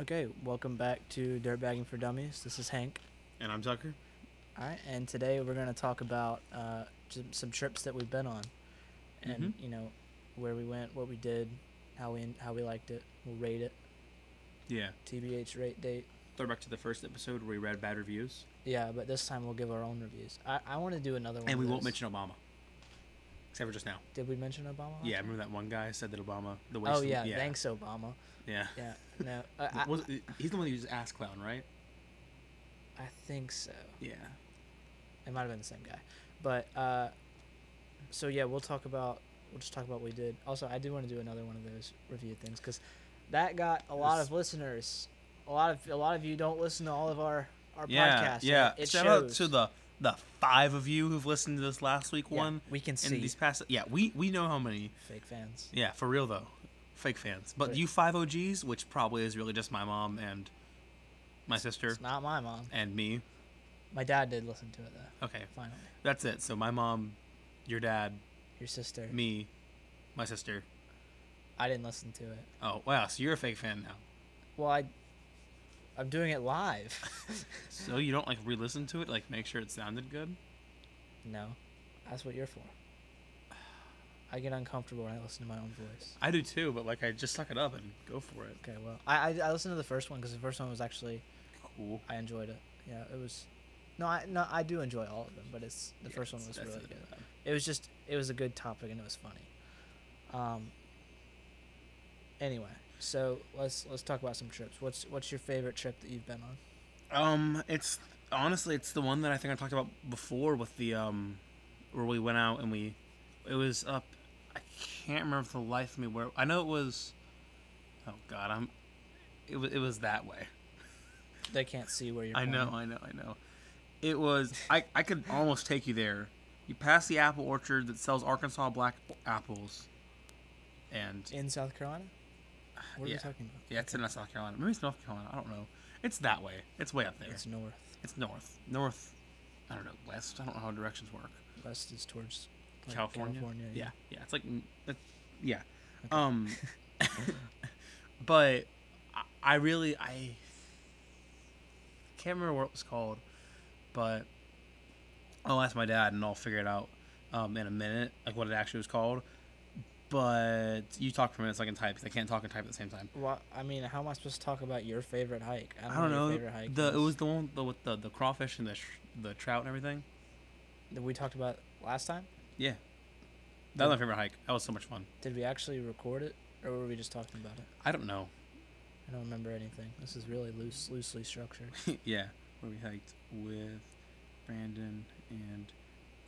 Okay, welcome back to Dirtbagging for Dummies. This is Hank. And I'm Tucker. All right, and today we're going to talk about uh, j- some trips that we've been on, and Mhm. you know where we went, what we did, how we how we liked it. We'll rate it. Yeah. TBH rate date. Throw back to the first episode where we read bad reviews, Yeah, but this time we'll give our own reviews. I, I want to do another one. and of we won't those. mention Obama, except for just now. Did we mention Obama? last Yeah, time? remember that one guy said that Obama the waste. Oh yeah, yeah, thanks Obama. Yeah. Yeah, no, uh, I, Was- he's the one who used ass clown, right? I think so. Yeah. It might have been the same guy, but uh, so yeah, we'll talk about we'll just talk about what we did. Also, I do want to do another one of those review things because that got a lot This- of listeners. A lot of a lot of you don't listen to all of our our yeah, podcasts. yeah. it Shout out shows. to the the five of you who've listened to this last week Yeah, one we can and see these past. Yeah, we we know how many. fake fans. Yeah, for real though, fake fans. But Right. you five OGs, which probably is really just my mom and my sister It's not my mom. and me. My dad did listen to it though. Okay, Finally, that's it. So my mom, your dad, your sister. me, my sister. I didn't listen to it. Oh wow, so you're a fake fan now. Well, I I'm doing it live. So you don't like re-listen to it, like make sure it sounded good. no, that's what you're for. I get uncomfortable when I listen to my own voice. I do too, but like I just suck it up and go for it. Okay, well, I I, I listened to the first one because the first one was actually Cool. I enjoyed it. Yeah, it was. No, I no I do enjoy all of them, but it's the Yeah, first one was that's- really that's good. not bad. It was just it was a good topic and it was funny. Um. Anyway, so let's let's talk about some trips. What's what's your favorite trip that you've been on? Um, it's honestly it's the one that I think I talked about before with the um, where we went out and we, it was up. I can't remember for the life of me where I know it was. Oh God, I'm. It was it was that way. They can't see where you're. I know, pointing. I know, I know. It was I I could almost take you there. You pass the apple orchard that sells Arkansas black apples, and In South Carolina. What are Yeah. we talking about? yeah, it's in South Carolina. Maybe it's North Carolina. I don't know. It's that way. It's way up there. It's north. It's north. North. I don't know. West. I don't know how directions work. West is towards like, California. California. Yeah. Yeah. It's like. n- It's, yeah. Um. but I, I really I can't remember what it was called, but I'll ask my dad and I'll figure it out um, in a minute, like what it actually was called. But you talk for a minute so I can type 'cause I can't talk and type at the same time. Well, I mean, how am I supposed to talk about your favorite hike? I your don't know. favorite hike The it is. was the one the, with the the crawfish and the sh- the trout and everything. that we talked about last time? Yeah. That was my favorite hike. That was so much fun. Did we actually record it, or were we just talking about it? I don't know. I don't remember anything. This is really loose, loosely structured. yeah, where we hiked with Brandon and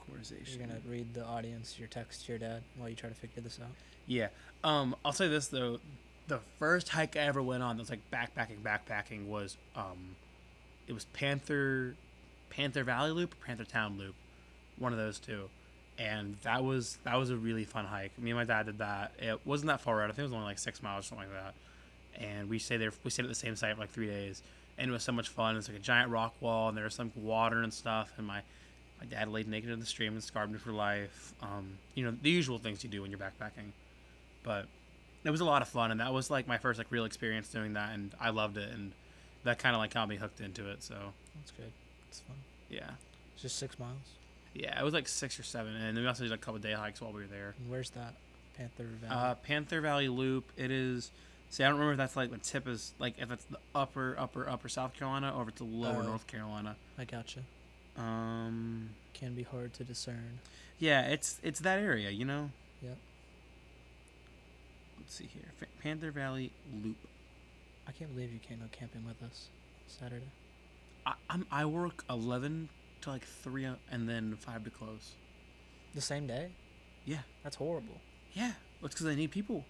Corization. You're gonna read the audience your text to your dad while you try to figure this out. Yeah. Um, I'll say this though, the first hike I ever went on that was like backpacking, backpacking was um, it was Panther, Panther Valley Loop, or Panther Town Loop, one of those two, and that was that was a really fun hike. Me and my dad did that. It wasn't that far out. I think it was only like six miles or something like that, and we stayed there. We stayed at the same site for like three days, and it was so much fun. It's like a giant rock wall, and there was some water and stuff, and my my dad laid naked in the stream and scarred me for life. Um, you know the usual things you do when you're backpacking but it was a lot of fun and that was like my first like real experience doing that and i loved it and that kind of like got me hooked into it so That's good. It's fun. yeah It's just six miles. yeah it was like six or seven and then we also did a couple day hikes while we were there And where's that Panther Valley? uh panther valley loop it is see i don't remember if that's like the tip is like if it's the upper upper upper south carolina or if it's the lower Oh. north carolina I gotcha. um Can be hard to discern. yeah it's it's that area you know Yep. let's see here Fa- panther valley loop I can't believe you can't go camping with us Saturday. I, I'm, I work 11 to like 3 uh, and then 5 to close The same day? Yeah. That's horrible. Yeah, it's because I need people.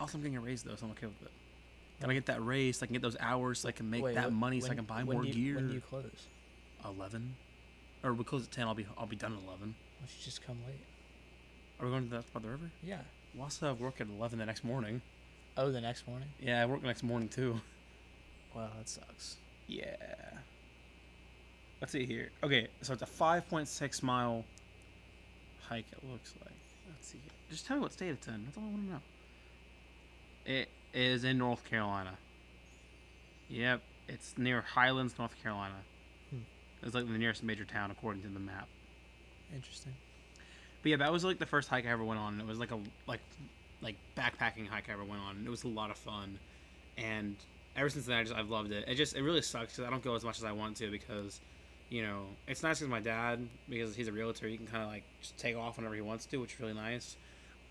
Also, I'm getting a raise though, so I'm okay with it. Gotta get that raise so I can get those hours so I can make Wait, that what- money so I when- can buy when more do you- gear. When do you close? Eleven, or we close at ten. I'll be I'll be done at eleven. Why don't you just come late? Are we going to that by the river? Yeah. We'll also have work at eleven the next morning. Oh, the next morning. Yeah, I work the next morning too. Wow, that sucks. Yeah. Let's see here. Okay, so it's a five point six mile hike. It looks like. Let's see. Here. Just tell me what state it's in. That's all I want to know. It is in North Carolina. Yep, it's near Highlands, North Carolina. Hmm. It's like the nearest major town according to the map. Interesting. But yeah, that was like the first hike I ever went on. and It was like a like like backpacking hike I ever went on. and It was a lot of fun, and ever since then I just I've loved it. It just it really sucks because I don't go as much as I want to because, you know, it's nice because my dad because he's a realtor he can kind of like just take off whenever he wants to, which is really nice.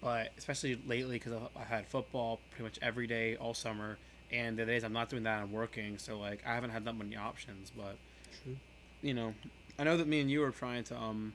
But especially lately because I had football pretty much every day all summer, and the days I'm not doing that I'm working, so like I haven't had that many options. But True. you know, I know that me and you are trying to um,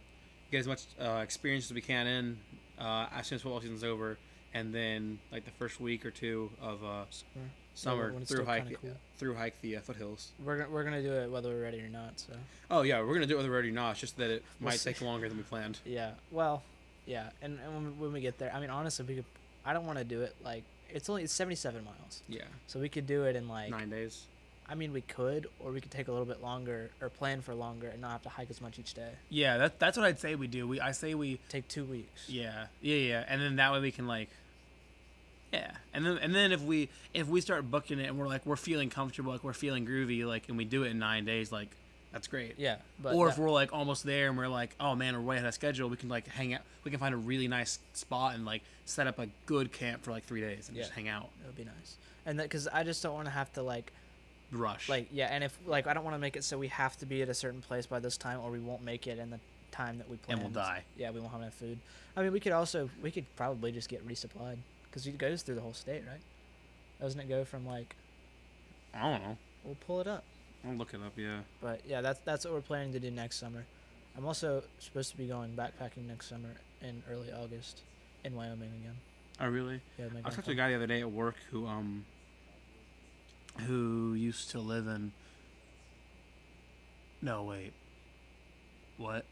get as much uh, experience as we can in uh, as soon as football season's over, and then like the first week or two of uh, Summer. summer when it's through still kinda hike cool. through hike the uh, foothills. We're gonna we're gonna do it whether we're ready or not. So Oh yeah, we're gonna do it whether we're ready or not. It's just that it We'll might see. take longer than we planned. yeah. Well, yeah. And, and when, when we get there, I mean, honestly, we could. I don't want to do it like it's only it's seventy seven miles, Yeah, so we could do it in like. nine days. I mean, we could, or we could take a little bit longer, or plan for longer, and not have to hike as much each day. Yeah, that, that's what I'd say we do. We I say we Take two weeks. Yeah, yeah, yeah, and then that way we can like, yeah, and then and then if we if we start booking it and we're like we're feeling comfortable, like we're feeling groovy, like and we do it in nine days, like that's great. Yeah, but or that- if we're like almost there and we're like, oh man, we're way ahead of schedule, we can like hang out. We can find a really nice spot and like set up a good camp for like three days and just Yeah. hang out. it would be nice, and that because I just don't want to have to like Rush. like yeah, and if like I don't want to make it so we have to be at a certain place by this time, or we won't make it in the time that we planned. And we'll die. Yeah, we won't have enough food. I mean, we could also we could probably just get resupplied because it goes through the whole state, right? Doesn't it go from like I don't know. we'll pull it up. I'll look it up. Yeah. But yeah, that's that's what we're planning to do next summer. I'm also supposed to be going backpacking next summer in early August in Wyoming again. Oh really? Yeah, my I talked to a grandpa. guy the other day at work who um who used to live in No wait. What?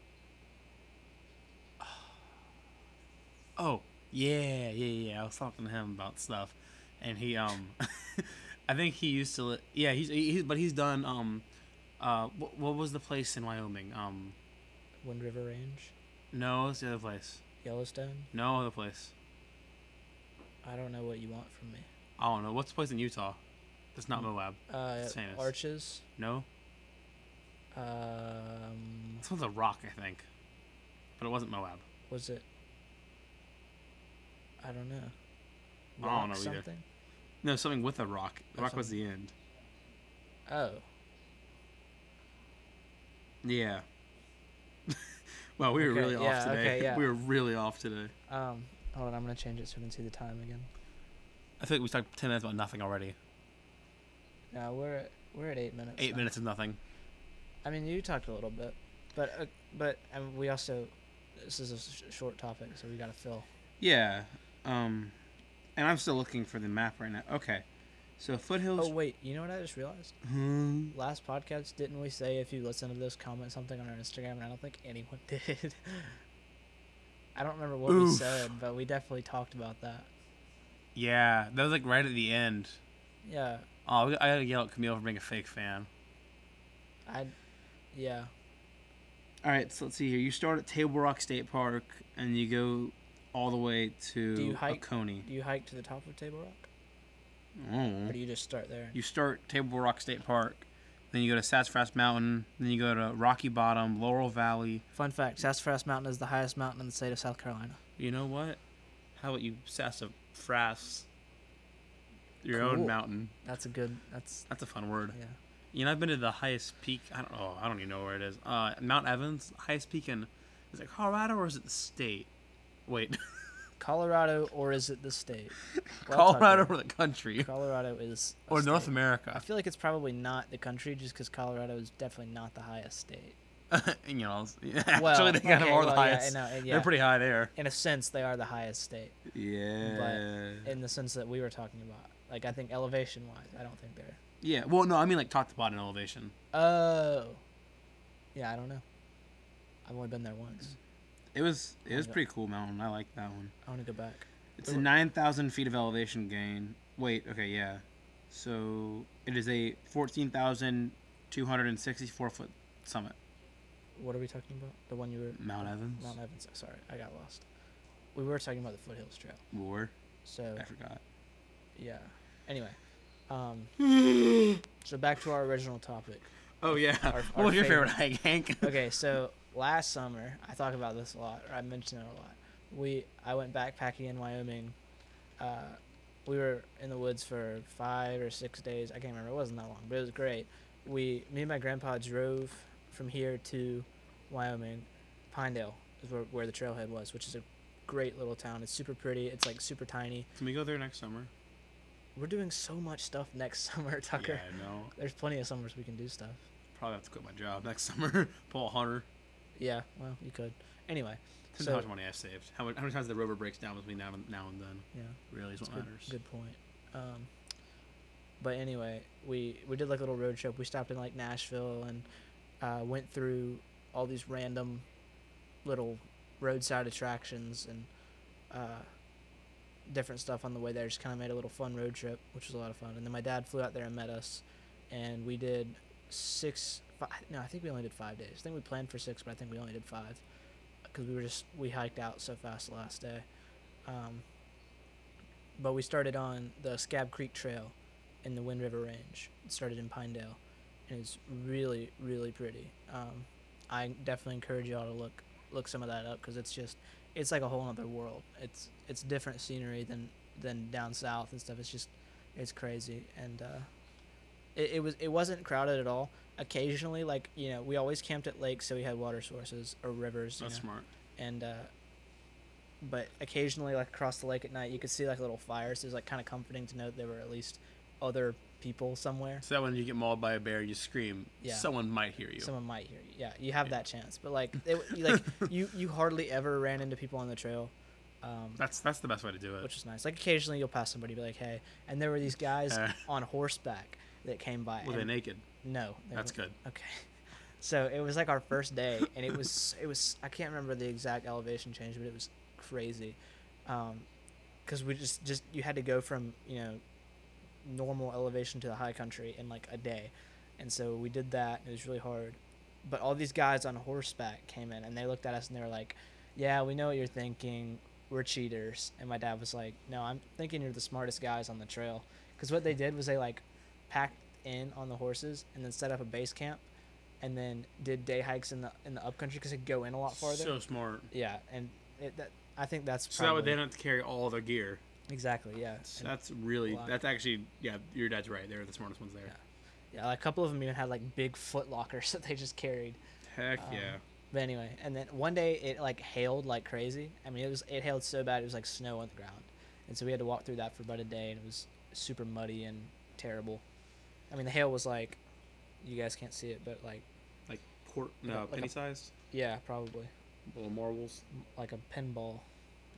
Oh, yeah, yeah, yeah. I was talking to him about stuff and he um I think he used to li- yeah, he's he, he- but he's done um uh what, what was the place in Wyoming? Um Wind River Range, no, it's the other place. Yellowstone. No other place. I don't know what you want from me. I don't know. What's the place in Utah? That's not Moab. Uh, It's famous. arches. No? Um, This one's a rock, I think. But it wasn't Moab. was it? I don't know. I don't Rock know either. something? No, something with a rock. The That's rock was the end. Oh, Yeah. well, we were Okay, really yeah, off today. okay, yeah. We were really off today. um, hold on. I'm gonna change it so we can see the time again. I think we talked 10 minutes about nothing already. No, we're at, we're at eight minutes. Eight now. minutes of nothing. I mean, you talked a little bit, but uh, but um, we also this is a sh- short topic, so we gotta fill. Yeah. Um, and I'm still looking for the map right now. Okay. So Oh foothills. wait, you know what I just realized? Oh. Hmm. Last podcast, didn't we say if you listen to this, comment something on our Instagram? And I don't think anyone did. I don't remember what we Oof. said, but we definitely talked about that. Yeah, that was like right at the end. Yeah, Oh, we- I gotta yell at Camille for being a fake fan. I, yeah, All right. So let's see here. You start at Table Rock State Park and you go all the way to Do you hike? Oconee. do you hike to the top of Table Rock, Oh. or do you just start there? You start Table Rock State Park, then you go to Sassafras Mountain, then you go to Rocky Bottom, Laurel Valley. Fun fact: Sassafras Mountain is the highest mountain in the state of South Carolina. You know what? How about you sassafras your Cool. own mountain? That's a good. That's That's a fun word. yeah. You know, I've been to the highest peak. I don't. Oh, I don't even know where it is. Uh, Mount Evans, highest peak in. Is it Colorado or is it the state? Wait, Colorado, or is it the state? Well, I'll talk Colorado about or the country it. Colorado is a or North state. I America? feel like it's probably not the country, just because Colorado is definitely not the highest state. you know, it's- yeah, Well, actually, they kind okay, of are well, the yeah, highest. no, and yeah. They're pretty high there. In a sense, they are the highest state, Yeah. in the sense that we were talking about. Like I think elevation-wise, I don't think they're. Yeah. Well, no, I mean like top to bottom elevation. Oh, yeah, I don't know. I've only been there once. It was it was Yeah. pretty cool mountain. I like that one. I want to go back. It's a nine thousand feet of elevation gain. Wait, okay, yeah. So it is a fourteen thousand two hundred and sixty four foot summit. What are we talking about? The one you were Mount Evans. Mount Evans. Sorry, I got lost. We were talking about the foothills trail. War. So I forgot. yeah. Anyway, Um, so back to our original topic. Oh yeah. Our- what our was your favorite, favorite- hike, Hank? Okay, so last summer I talk about this a lot, or I mentioned it a lot. We I went backpacking in Wyoming. Uh, we were in the woods for five or six days. I can't remember. It wasn't that long, but it was great. We, me and my grandpa drove from here to Wyoming. Pinedale is where, where the trailhead was, which is a great little town. It's super pretty. It's like super tiny. Can we go there next summer? We're doing so much stuff next summer, Tucker. Yeah, no. There's plenty of summers we can do stuff. Probably have to quit my job next summer. Paul Hunter. Yeah, well, you could. Anyway, Depends So- how much money I saved. How, much, how many times the rover breaks down between now and now and then? yeah. Really is That's what good, matters. good point. Um, but anyway, we we did like a little road trip. We stopped in like Nashville and uh, went through all these random little roadside attractions and uh, different stuff on the way there. Just kind of made a little fun road trip, which was a lot of fun. And then my dad flew out there and met us, and we did six. Five, no, I think we only did five days. I think we planned for six, but I think we only did five because we were just we hiked out so fast the last day. Um, but we started on the Scab Creek Trail in the Wind River Range. It started in Pinedale, and it's really, really pretty. Um, I definitely encourage y'all to look look some of that up because it's just it's like a whole other world. It's it's different scenery than than down south and stuff. It's just it's crazy, and uh, it, it was it wasn't crowded at all. Occasionally, like you know, we always camped at lakes, so we had water sources or rivers. you That's know smart. and uh but occasionally like across the lake at night you could see like little fires so it was like kind of comforting to know that there were at least other people somewhere So that when you get mauled by a bear, you scream. Yeah. Someone might hear you. someone might hear you yeah you have Yeah. that chance but like it, you- like you you hardly ever ran into people on the trail um That's that's the best way to do it. which is nice like occasionally you'll pass somebody be like hey and there were these guys Uh. on horseback that came by Were they and- naked? no they That's weren't. good. Okay. So it was like our first day, and it was it was I can't remember the exact elevation change, but it was crazy, because Um, we just just you had to go from you know normal elevation to the high country in like a day, and so we did that. And it was really hard, but all these guys on horseback came in and they looked at us and they were like, "Yeah, we know what you're thinking. We're cheaters." And my dad was like, "No, I'm thinking you're the smartest guys on the trail." Because what they did was they like packed in on the horses and then set up a base camp, and then did day hikes in the in the upcountry because it'd go in a lot farther. So smart. yeah, and it, that I think that's So that way probably they don't have to carry all their gear. exactly yeah. So And- that's really. Wow. That's actually. Yeah, your dad's right. They're the smartest ones there. yeah, a couple of them even had like big foot lockers that they just carried. Heck Um, yeah. But anyway, and then one day it like hailed like crazy. I mean, it was it hailed so bad it was like snow on the ground, and so we had to walk through that for about a day, and it was super muddy and terrible. I mean, the hail was like, you guys can't see it, but like, Like quart. like No, a- penny sized. yeah, probably Little marbles. like a pinball.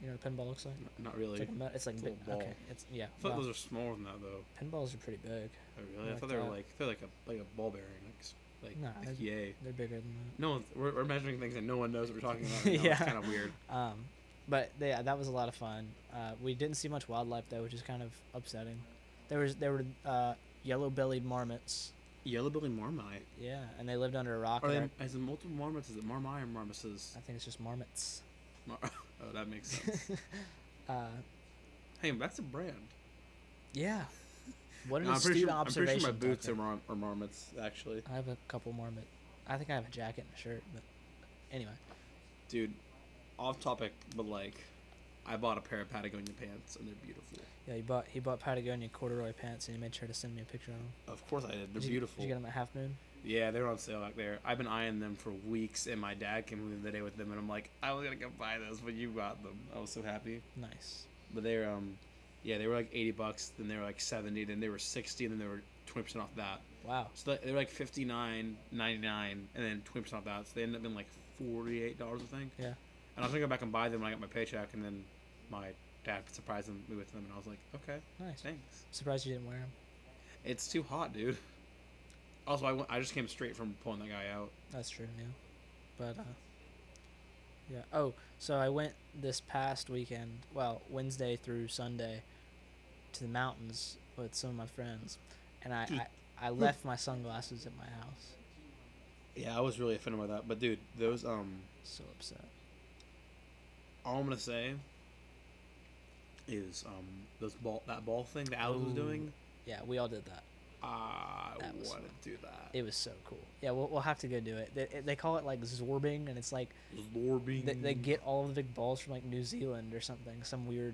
You know what a pinball looks like? N- Not It's really. like a, me- it's like it's a big, little okay, ball. it's yeah. I thought well, those are smaller than that though. pinballs are pretty big. Oh, really? I Like thought they were that. like they're like a like a ball bearing, like s- like, No, like I- yay. They're bigger than that. No, one- we're, we're measuring things that no one knows what we're talking about. Right yeah, Yeah. kind of weird. Um, but yeah, that was a lot of fun. Uh, we didn't see much wildlife though, which is kind of upsetting. There was there were uh, yellow-bellied marmots. Yellow-bellied marmite. Yeah, and they lived under a rock. Are and they our- is it multiple marmots? Is it marmite or marmoses? I think it's just marmots. Mar- oh, that makes sense. Uh, hey, that's a brand. yeah. What an No, I'm, pretty astute sure, I'm pretty observation. sure my boots are, Tucker. mar- are marmots actually. I have a couple marmot. I think I have a jacket and a shirt, but anyway. Dude, off topic, but like, I bought a pair of Patagonia pants and they're beautiful. Yeah, he bought he bought Patagonia corduroy pants, and he made sure to send me a picture of them. Of course I did. They're Did you- beautiful. Did you get them at Half Moon? Yeah, they're on sale out there. I've been eyeing them for weeks, and my dad came in the day with them, and I'm like, I was gonna go buy those, but you bought them. I was so happy. Nice. But they're um, yeah, they were like eighty bucks, then they were like seventy, then they were sixty, and then they were twenty percent off that. Wow. So that- they were like fifty nine ninety nine, and then twenty percent off that. So they ended up being like forty eight dollars, I think. Yeah. And I was gonna go back and buy them when I got my paycheck, and then my dad surprised me with them, and I was like, okay, Nice. thanks. Surprised you didn't wear them. It's too hot, dude. Also, I went, I just came straight from pulling that guy out. That's true, yeah. But uh yeah. Oh, so I went this past weekend, well, Wednesday through Sunday to the mountains with some of my friends and I I, I left my sunglasses at my house. Yeah, I was really offended by that. But dude, those um, So upset. all I'm gonna say is um, those ball that ball thing that Alex was Ooh. doing Yeah, we all did that. I That was want fun. to do that. It was so cool. Yeah, we'll, we'll have to go do it. They, they call it like zorbing, and it's like Lorbing. they, they get all of the big balls from like New Zealand or something, some weird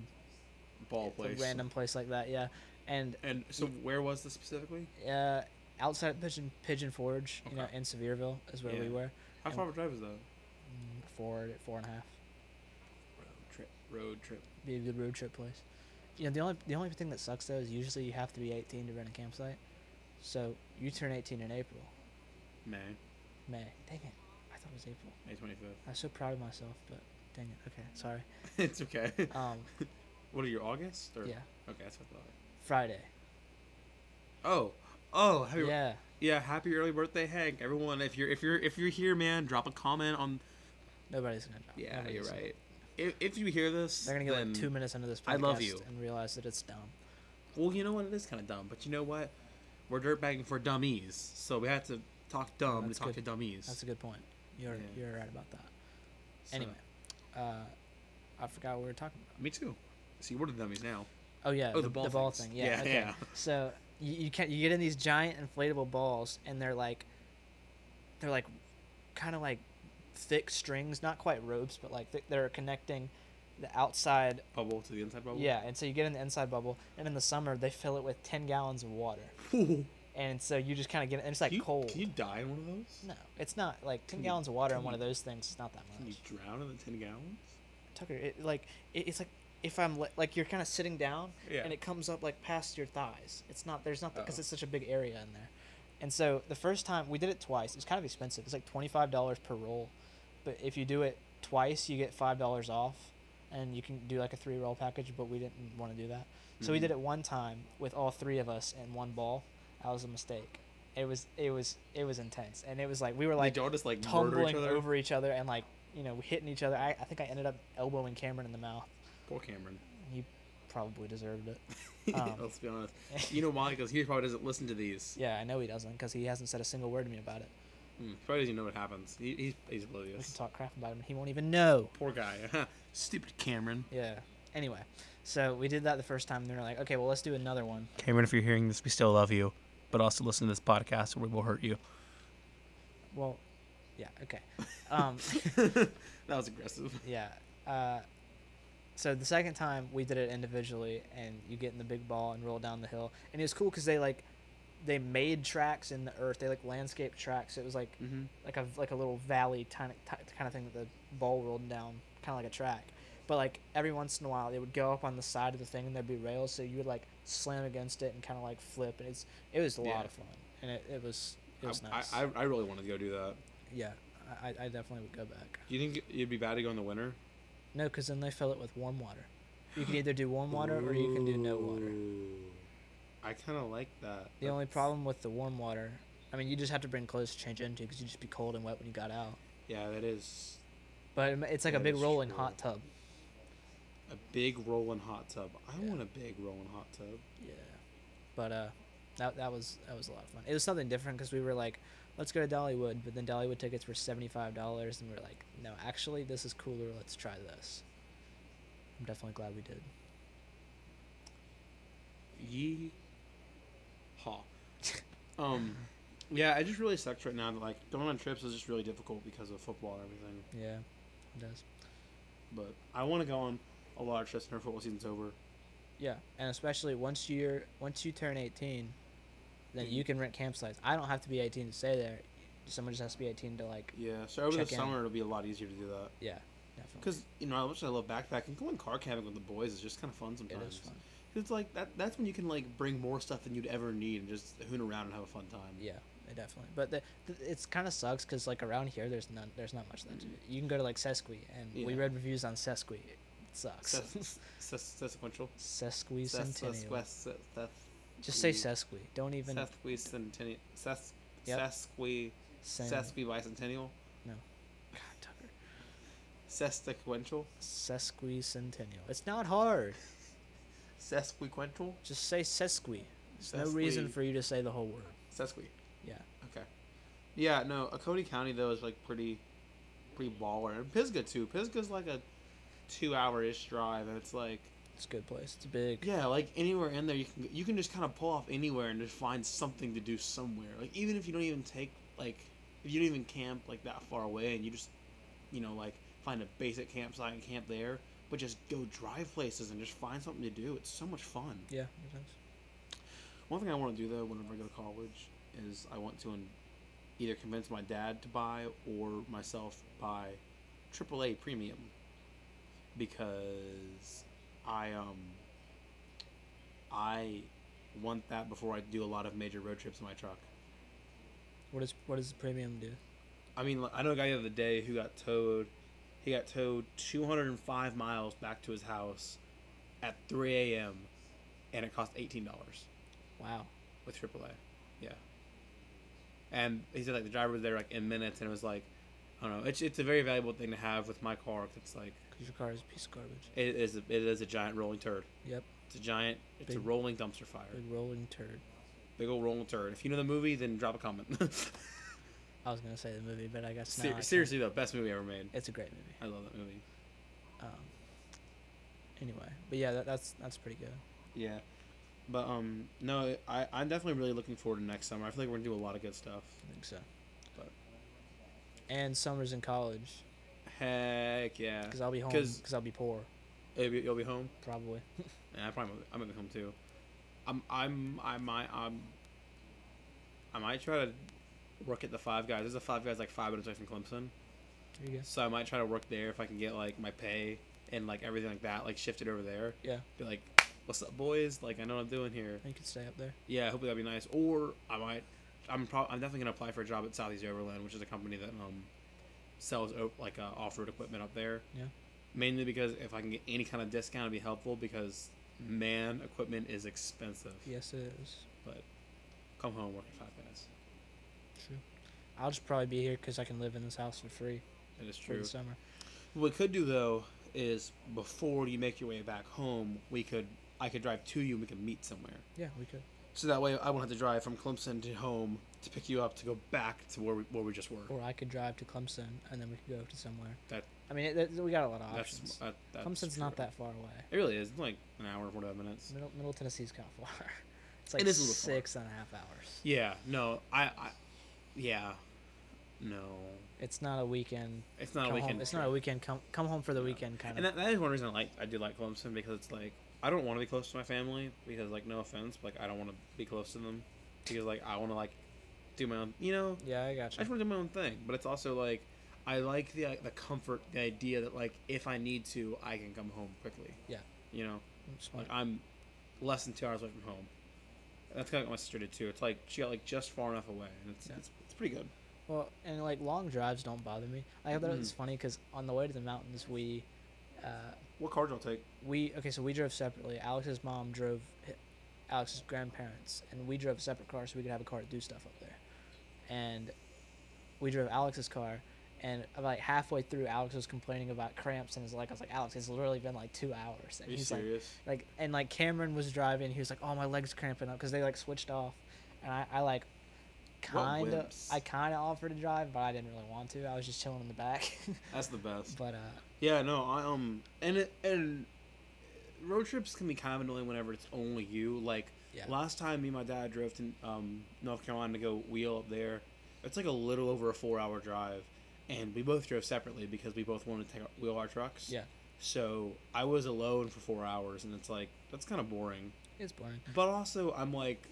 ball some place. random place like that. Yeah, and And so, where was this specifically? uh, outside of Pigeon Pigeon Forge, you know, Okay. in Sevierville is where we Yeah. were. How And- far of a drive is that? Road Mm, Four four and a half. trip. Road trip. Be a good road trip place. You know, the only the only thing that sucks though is usually you have to be 18 to rent a campsite. So you turn 18 in April, May. May. Dang it, I thought it was April. May 25th. I'm so proud of myself, but dang it. Okay, sorry. it's okay. Um, what are you, August? Or? yeah, Okay, that's what I Friday. thought. Oh. Oh, happy yeah. Yeah, happy early birthday, Hank. Everyone, if you're if you're if you're here, man, drop a comment on nobody's gonna. drop- Yeah, nobody's you're gonna- right. If, if you hear this, They're gonna get like then- two minutes into this podcast I love you. and realize that it's dumb. Well, you know what? It is kind of dumb, but you know what? We're dirtbagging for dummies, so we have to talk dumb That's to talk good. to dummies. That's a good point. You're Yeah. you're right about that. So- Anyway, uh, I forgot what we were talking about. Me too. See, we're the dummies now. Oh yeah, Oh, the ball things. thing. Yeah, Yeah, okay. yeah. So you, you can you get in these giant inflatable balls, and they're like, they're like, kind of like thick strings, not quite ropes, but like th- they're connecting the outside. Bubble to the inside bubble. Yeah, and so you get in the inside bubble, and in the summer they fill it with ten gallons of water, Ooh. and so you just kind of get, and it's like Can you, cold. Can you die in one of those? No, it's not like ten Can you- gallons of water in can one you- of those things. It's not that much. Can you drown in the ten gallons? Tucker, it, like it, it's like if I'm li- like you're kind of sitting down Yeah. and it comes up like past your thighs. It's not there's not because Oh. it's such a big area in there. And so the first time we did it twice. It was kind of expensive. It's like twenty five dollars per roll, but if you do it twice, you get five dollars off, and you can do like a three roll package. But we didn't want to do that, so we Mhm. did it one time with all three of us in one ball. That was a mistake. It was it was it was intense, and it was like we were like Like, y'all just like murder each tumbling other. over each other and like you know hitting each other. I, I think I ended up elbowing Cameron in the mouth. Poor Cameron. He probably deserved it. Um, Let's be honest. You know why? Because he probably doesn't listen to these. yeah, I know he doesn't because he hasn't said a single word to me about it. Mm, he probably doesn't even know what happens. He, he's he's We can oblivious. talk crap about him. He won't even know. Poor guy. Stupid Cameron. Yeah. Anyway, so we did that the first time. And then we're like, okay, well let's do another one. Cameron, if you're hearing this, we still love you, but also listen to this podcast, or we will hurt you. Well, yeah, okay. Um, that was aggressive. yeah. Uh, so the second time we did it individually, and you get in the big ball and roll down the hill, and it was cool because they like they made tracks in the earth. They like landscape tracks. It was like Mm-hmm. like a like a little valley kind of kind of thing that the ball rolled down, kind of like a track. But like every once in a while, it would go up on the side of the thing, and there'd be rails, so you would like slam against it and kind of like flip. And it's it was a Yeah. lot of fun, and it, it was it I, was nice. I, I really wanted to go do that. yeah, I, I definitely would go back. Do you think it'd be bad to go in the winter? No, because then they fill it with warm water. You can either do warm water or you can do no water. Ooh. I kind of like that. The only That's- problem with the warm water, I mean, you just have to bring clothes to change into because you'd just be cold and wet when you got out. Yeah, that is But it- it's like a That big is rolling true. hot tub. a big rolling hot tub. I Yeah. want a big rolling hot tub. Yeah, but uh, that that was that was a lot of fun. It was something different because we were like, let's go to Dollywood, but then Dollywood tickets were seventy five dollars, and we are like, no, actually, this is cooler. Let's try this. I'm definitely glad we did. Yee haw. um, yeah, it just really sucks right now that like going on trips is just really difficult because of football and everything. Yeah, it does. But I want to go on a lot of trips when our football season's over. Yeah, and especially once you're once you turn eighteen, then Mm-hmm. you can rent campsites. I don't have to be eighteen to stay there. Someone just has to be eighteen to like. Yeah, so over Check the in. summer it'll be a lot easier to do that. Yeah, definitely. Because you know, I much as I love backpacking, going car camping with the boys is just kind of fun It sometimes. is fun. It's like that. That's when you can like bring more stuff than you'd ever need and just hoon around and have a fun time. Yeah, it definitely. But the, th it's kind of sucks because like around here, there's none. There's not much of that. to do. You can go to like Sesqui, and we Mm-hmm. Yeah. read reviews on Sesqui. It sucks. Ses- ses- Sesquicentennial. Sesquicentennial. Sesquicentennial. Ses- Just say ses- Sesqui. Don't even Sesquicentennial. Ses- Yep. Sesqui. say Sesquibicentennial. God, Tucker. Sesquicentennial. Sesquicentennial. It's not hard. Sesquicentennial. Just say Sesqui. There's no reason Sesqui. for you to say the whole word. Sesqui. Yeah. Okay. Yeah. No. Cody County though is like pretty, pretty baller, and Pisgah too. Pisgah's like a two-hour-ish drive, and it's like It's a good place. It's big. Yeah, like anywhere in there, you can you can just kind of pull off anywhere and just find something to do somewhere. Like even if you don't even take like if you don't even camp like that far away, and you just you know like find a basic campsite and camp there, but just go drive places and just find something to do. It's so much fun. Yeah, it is. One thing I want to do though, whenever I go to college, is I want to um, either convince my dad to buy or myself buy AAA premium because I um I want that before I do a lot of major road trips in my truck. What does what does the premium do? I mean, like, I know a guy the other day who got towed. He got towed 205 miles back to his house at 3 a.m. and it cost eighteen dollars. Wow. with AAA. Yeah. And he said like the driver was there like in minutes, and it was like, I don't know. It's it's a very valuable thing to have with my car. 'cause It's like Because your car is a piece of garbage. it is a, it is a giant rolling turd. Yep. It's a giant. It's a Big- rolling dumpster fire. Big rolling turd. Big old rolling turd. If you know the movie, then drop a comment. I was gonna say the movie, but I guess Ser- not. seriously though, best movie ever made. it's a great movie. I love that movie. Um, anyway, but yeah, that, that's that's pretty good. Yeah. But um no, I I'm definitely really looking forward to next summer. I feel like we're gonna do a lot of good stuff. I think so. But- and summers in college, Heck yeah. because I'll be home, 'Cause- because I'll be poor, You'll be, you'll be home. probably. Yeah, I probably I'm gonna home too. I'm I'm I might I'm I might try to work at the Five Guys. There's a Five Guys like five minutes away from Clemson, There you go. so I might try to work there if I can get like my pay and like everything like that like shifted over there. Yeah. Be like, what's up, boys? Like I know what I'm doing here. And you can stay up there. Yeah, hopefully that'd be nice. Or I might I'm probably I'm definitely gonna apply for a job at Southeast Overland, which is a company that um sells o- like uh, off road equipment up there. Yeah. Mainly because if I can get any kind of discount, it'd be helpful because man, equipment is expensive. Yes, it is. Come home working five guys. True. I'll just probably be here because I can live in this house for free That is for true. the summer. What we could do though is before you make your way back home, we could I could drive to you and we could meet somewhere. Yeah, we could. So that way I won't have to drive from Clemson to home to pick you up to go back to where we, where we just were. Or I could drive to Clemson and then we could go to somewhere. That- I mean, it, that, we got a lot of That's, options. that, that's Clemson's true. not that far away. It really is. It's like an hour, 45 minutes. Middle, Middle Tennessee's kind of far. It's like It is a little far. six and a half hours. Yeah, no, I, I yeah, no. It's not a weekend. It's not come a weekend. Home. It's not a trip. weekend. Come come home for the No. weekend kind And of. that, that is one reason I like I do like Clemson because it's like I don't want to be close to my family because like no offense, but, like I don't want to be close to them because like I want to like do my own, you know, yeah, I got I just you. want to do my own thing. But it's also like I like the uh, the comfort, the idea that like if I need to, I can come home quickly. Yeah. You know, Smart. like uh, I'm less than two hours away from home. That's kind of what my sister did too. It's like she got like just far enough away, and it's Yeah. it's, it's pretty good. Well, and like long drives don't bother me. I thought it Mm. was funny because on the way to the mountains, we, uh, What car do I take? we okay, so we drove separately. Alex's mom drove hi- Alex's grandparents, and we drove a separate car so we could have a car to do stuff up there. And we drove Alex's car, and about halfway through, Alex was complaining about cramps and his leg. I was like, Alex, it's literally been like two hours, and Are you he's like, serious? like and like Cameron was driving. He was like, "Oh, my legs cramping up" because they like switched off, and I, I like What kind of wimps. I kind of offered to drive, but I didn't really want to. I was just chilling in the back. That's the best. but uh, Yeah, no, I um, and it, and road trips can be kind of annoying whenever it's only you. Like Yeah. last time, me and my dad drove to um North Carolina to go wheel up there. It's like a little over a four-hour drive, and we both drove separately because we both wanted to take our, wheel our trucks. Yeah. So I was alone for four hours, and it's like that's kind of boring. it's boring. But also, I'm like,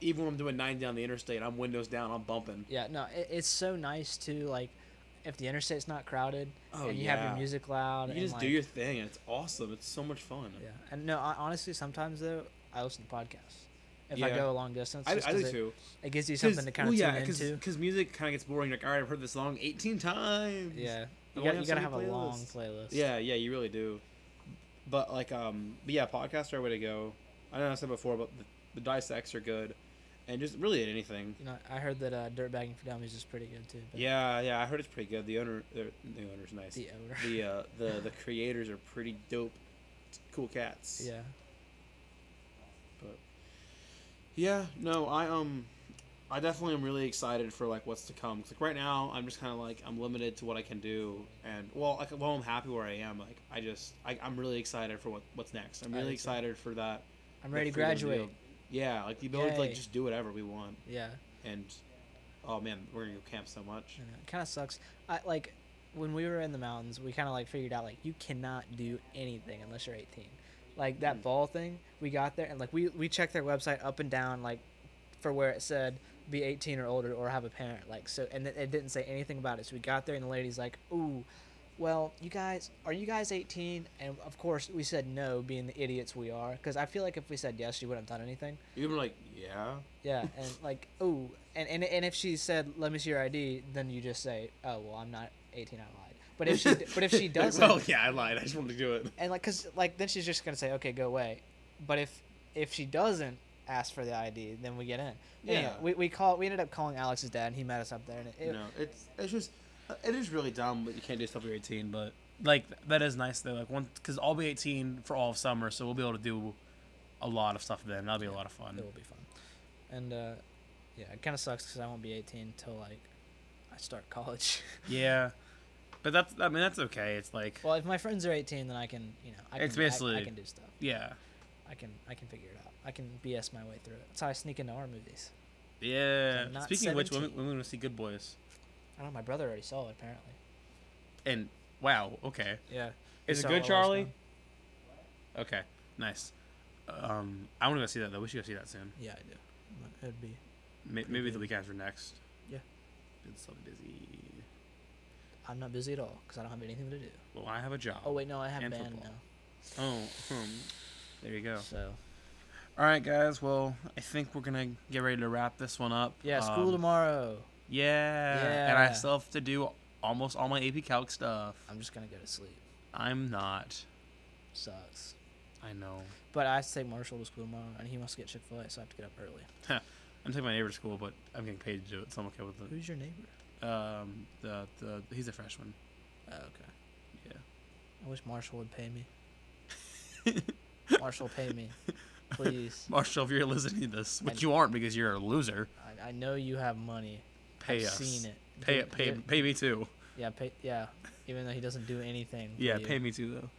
even when I'm doing 90 down the interstate, I'm windows down, I'm bumping. Yeah, no, it, it's so nice to like if the interstate's not crowded Oh, and you have yeah. your music loud. You and, just like, do your thing, and it's awesome. It's so much fun. yeah. And no, I, honestly, sometimes though I listen to podcasts if I Yeah. go a long distance. I, just I 'cause do it, too. It gives you 'Cause- something to kind of well, tune cause, into. 'cause music kind of gets boring. Like, all right, I've heard this song 18 times. Yeah, you, I only got, you so gotta have many a long playlists. playlist. Yeah, yeah, you really do. But like, um, but yeah, podcasts are a way to go. I know I said before, but the, the dissects are good, and just really at anything. You know, I heard that uh, Dirtbagging for Dummies is pretty good too. But Yeah, yeah, I heard it's pretty good. The owner, the, the owner's nice. The odor. The uh, the the creators are pretty dope, cool cats. Yeah. Yeah, no, I um, I definitely am really excited for like what's to come. 'Cause, like right now, I'm just kind of like I'm limited to what I can do, and well, like, well, I'm happy where I am. Like I just I, I'm really excited for what what's next. I'm I really am too. excited for that. I'm the ready to freedom graduate. deal. Yeah, like the ability to like Yay. just do whatever we want, Yeah. and oh man, we're gonna go camp so much. I know, It kind of sucks. I like when we were in the mountains, we kind of like figured out like you cannot do anything unless you're 18. Like that ball thing, we got there and like we we checked their website up and down like for where it said be 18 or older or have a parent like so and it, it didn't say anything about it. So we got there and the lady's like, "Ooh, well, you guys, are you guys 18?" And of course, we said no, being the idiots we are, cuz I feel like if we said yes, she wouldn't have done anything. You're gonna be like, yeah, Yeah, and like, oh, and, and and if she said, "Let me see your ID," then you just say, "Oh, well, I'm not 18. I lied." But if she, but if she doesn't, Well, Oh, yeah, I lied. I just wanted to do it. and like, cause like then she's just gonna say, "Okay, go away." But if if she doesn't ask for the ID, then we get in. Anyhow, Yeah. we we call we ended up calling Alex's dad, and he met us up there, and it, You know, it's it's just it is really dumb that you can't do stuff when you're 18, but Like that is nice though. Like one, because I'll be 18 for all of summer, so we'll be able to do a lot of stuff then. That'll be a lot of fun. it will be fun. And uh, yeah, it kind of sucks because I won't be 18 till like I start college. Yeah, but that's I mean that's okay. It's like well, if my friends are 18, then I can you know I can It's I- I, basically- can do stuff. yeah, I can I can figure it out. I can BS my way through it. That's how I sneak into our movies. yeah. I'm not Speaking of which, women 17. women want to see Good Boys. I don't know. My brother already saw it apparently. And wow, okay, Yeah. is it good, Charlie? Okay, nice. Um, I want to go see that though. We should go see that soon. Yeah, I do. It'd be. May- maybe the week after next. Yeah. Been so busy. I'm not busy at all because I don't have anything to do. Well, I have a job. Oh wait, no, I have And band football. now. Oh, hmm. there you go. So All right, guys. Well, I think we're gonna get ready to wrap this one up. yeah, school Um, tomorrow. Yeah. And I Yeah. still have to do almost all my AP Calc stuff. I'm just gonna go to sleep. I'm not. Sucks. I know. But I have to take Marshall to school tomorrow, and he wants to get Chick Fil A, so I have to get up early. I'm taking my neighbor to school, but I'm getting paid to do it, so I'm okay with it. Who's your neighbor? Um, the the he's a freshman. Oh, okay. Yeah. I wish Marshall would pay me. Marshall, pay me, please. Marshall, if you're listening to this, I- which you aren't because you're a loser, I, I know you have money. pay I've us. seen it. Pay Give- it. Pay give- pay me too. Yeah, pay, yeah. Even though he doesn't do anything. for Yeah, you. pay me too though.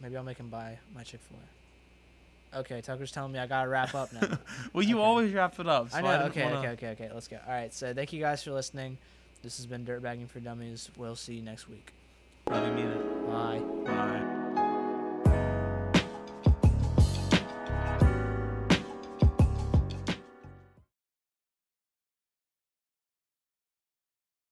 Maybe I'll make him buy my Chick Fil A. Okay, Tucker's telling me I gotta wrap up now. Well, you Okay. always wrap it up. So I know. didn't okay, wanna- okay, okay, okay. Let's go. All right. So thank you guys for listening. This has been Dirtbagging for Dummies. We'll see you next week. Let me mean it. Bye. Bye.